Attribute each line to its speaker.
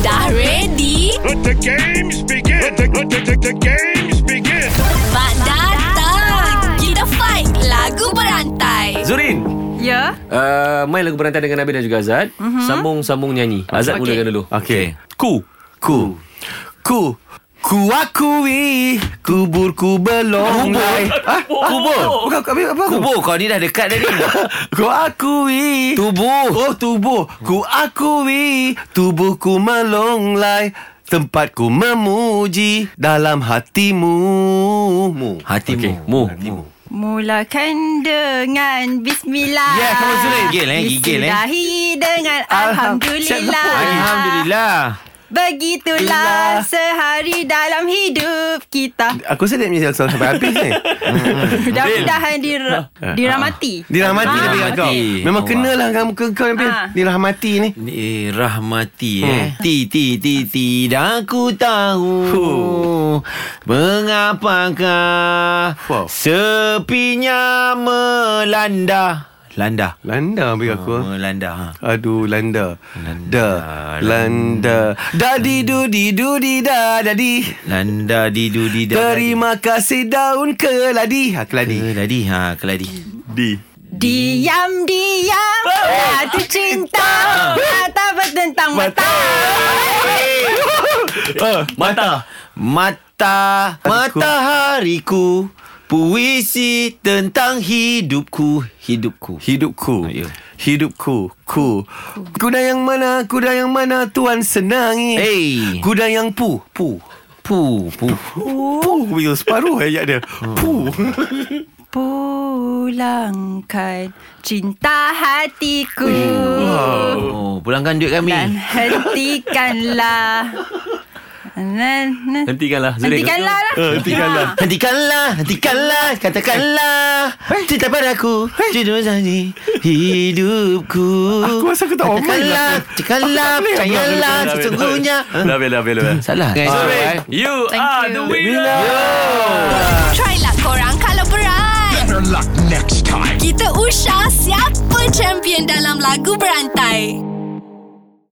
Speaker 1: Dah ready?
Speaker 2: Let the games begin. Let the, let the, the, the games begin.
Speaker 1: Mak datang! Kita fight lagu berantai.
Speaker 3: Zurin
Speaker 4: Ya
Speaker 3: uh, Main lagu berantai dengan Nabil dan juga Azad mm-hmm. Sambung-sambung nyanyi Azad okay.
Speaker 4: Okey.
Speaker 3: mulakan dulu
Speaker 5: Mhm. Okey. Ku. Ku. Ku. Ku akui kuburku belongai. Ah, kubur. Bukan apa apa aku?
Speaker 3: Kubur kau ni dah dekat dah ni
Speaker 5: Ku akui
Speaker 3: Tubuh
Speaker 5: Oh tubuh Ku akui Tubuhku melonglai Tempatku memuji Dalam hatimu Mu
Speaker 3: Hatimu
Speaker 5: Okey,
Speaker 3: Mu
Speaker 4: Mulakan dengan Bismillah
Speaker 5: Yeah, Ya, come on, Zulin.
Speaker 3: Gigil, eh, gigil, eh.
Speaker 4: Disudahi dengan Alhamdulillah Begitulah
Speaker 5: Alhamdulillah.
Speaker 4: sehari dalam hidup kita
Speaker 5: Aku sedap punya song sampai habis ni
Speaker 4: Mudah-mudahan
Speaker 5: Ha,
Speaker 4: dir- dirahmati
Speaker 5: Dirahmati
Speaker 4: Ah,
Speaker 5: ah, Nabil kau
Speaker 3: dirahmati.
Speaker 5: Memang
Speaker 3: Allah.
Speaker 5: kenalah kamu ke kau Nabil
Speaker 4: Ah.
Speaker 5: Dirahmati ni
Speaker 3: Ni rahmati eh. Ti ti ti tidak ku tahu. Mengapakah
Speaker 5: Wow.
Speaker 3: sepinya melanda? Landa.
Speaker 5: Landa ambil aku ah.
Speaker 3: Melanda. Ha.
Speaker 5: Aduh landa Da Landa Da di du di du di da da di
Speaker 3: Landa di du di da.
Speaker 5: Terima kasih daun keladi Ha keladi
Speaker 3: Keladi ha keladi.
Speaker 5: Di
Speaker 4: Diam-diam Jatuh cinta Mata bertentang mata
Speaker 3: Mata. Mata matahariku. Puisi tentang hidupku, hidupku.
Speaker 5: Hidupku
Speaker 3: Ah, ya.
Speaker 5: Hidupku Ku Kuda yang mana Kuda yang mana Tuan senangi
Speaker 3: Hey.
Speaker 5: Kuda yang pu Pu
Speaker 3: Pu, pu.
Speaker 5: Pu Bila separuh ayat dia Pu
Speaker 4: Pulangkan cinta hatiku
Speaker 3: Oh, pulangkan duit kami.
Speaker 4: Dan hentikanlah
Speaker 3: Hentikanlah Zurin.
Speaker 4: Hentikanlah lah
Speaker 5: Eh,
Speaker 4: Hentikanlah
Speaker 3: Hentikanlah Hentikanlah Katakanlah
Speaker 5: Eh.
Speaker 3: Cinta padaku Cinta janji Hidupku
Speaker 5: Aku rasa aku tak orang main
Speaker 3: Katakanlah
Speaker 5: lah. Aku tak boleh.
Speaker 3: Katakanlah Percayalah
Speaker 5: Dah, dah, dah, dah, dah.
Speaker 3: Sesungguhnya
Speaker 5: Nabil Nabil Nabil
Speaker 3: Salah kan
Speaker 5: Alright.
Speaker 2: You
Speaker 4: Thank
Speaker 2: are
Speaker 4: you.
Speaker 2: the winner.
Speaker 1: Try lah korang kalau berat.
Speaker 2: Better luck next time.
Speaker 1: Kita usah siapa champion dalam lagu berantai.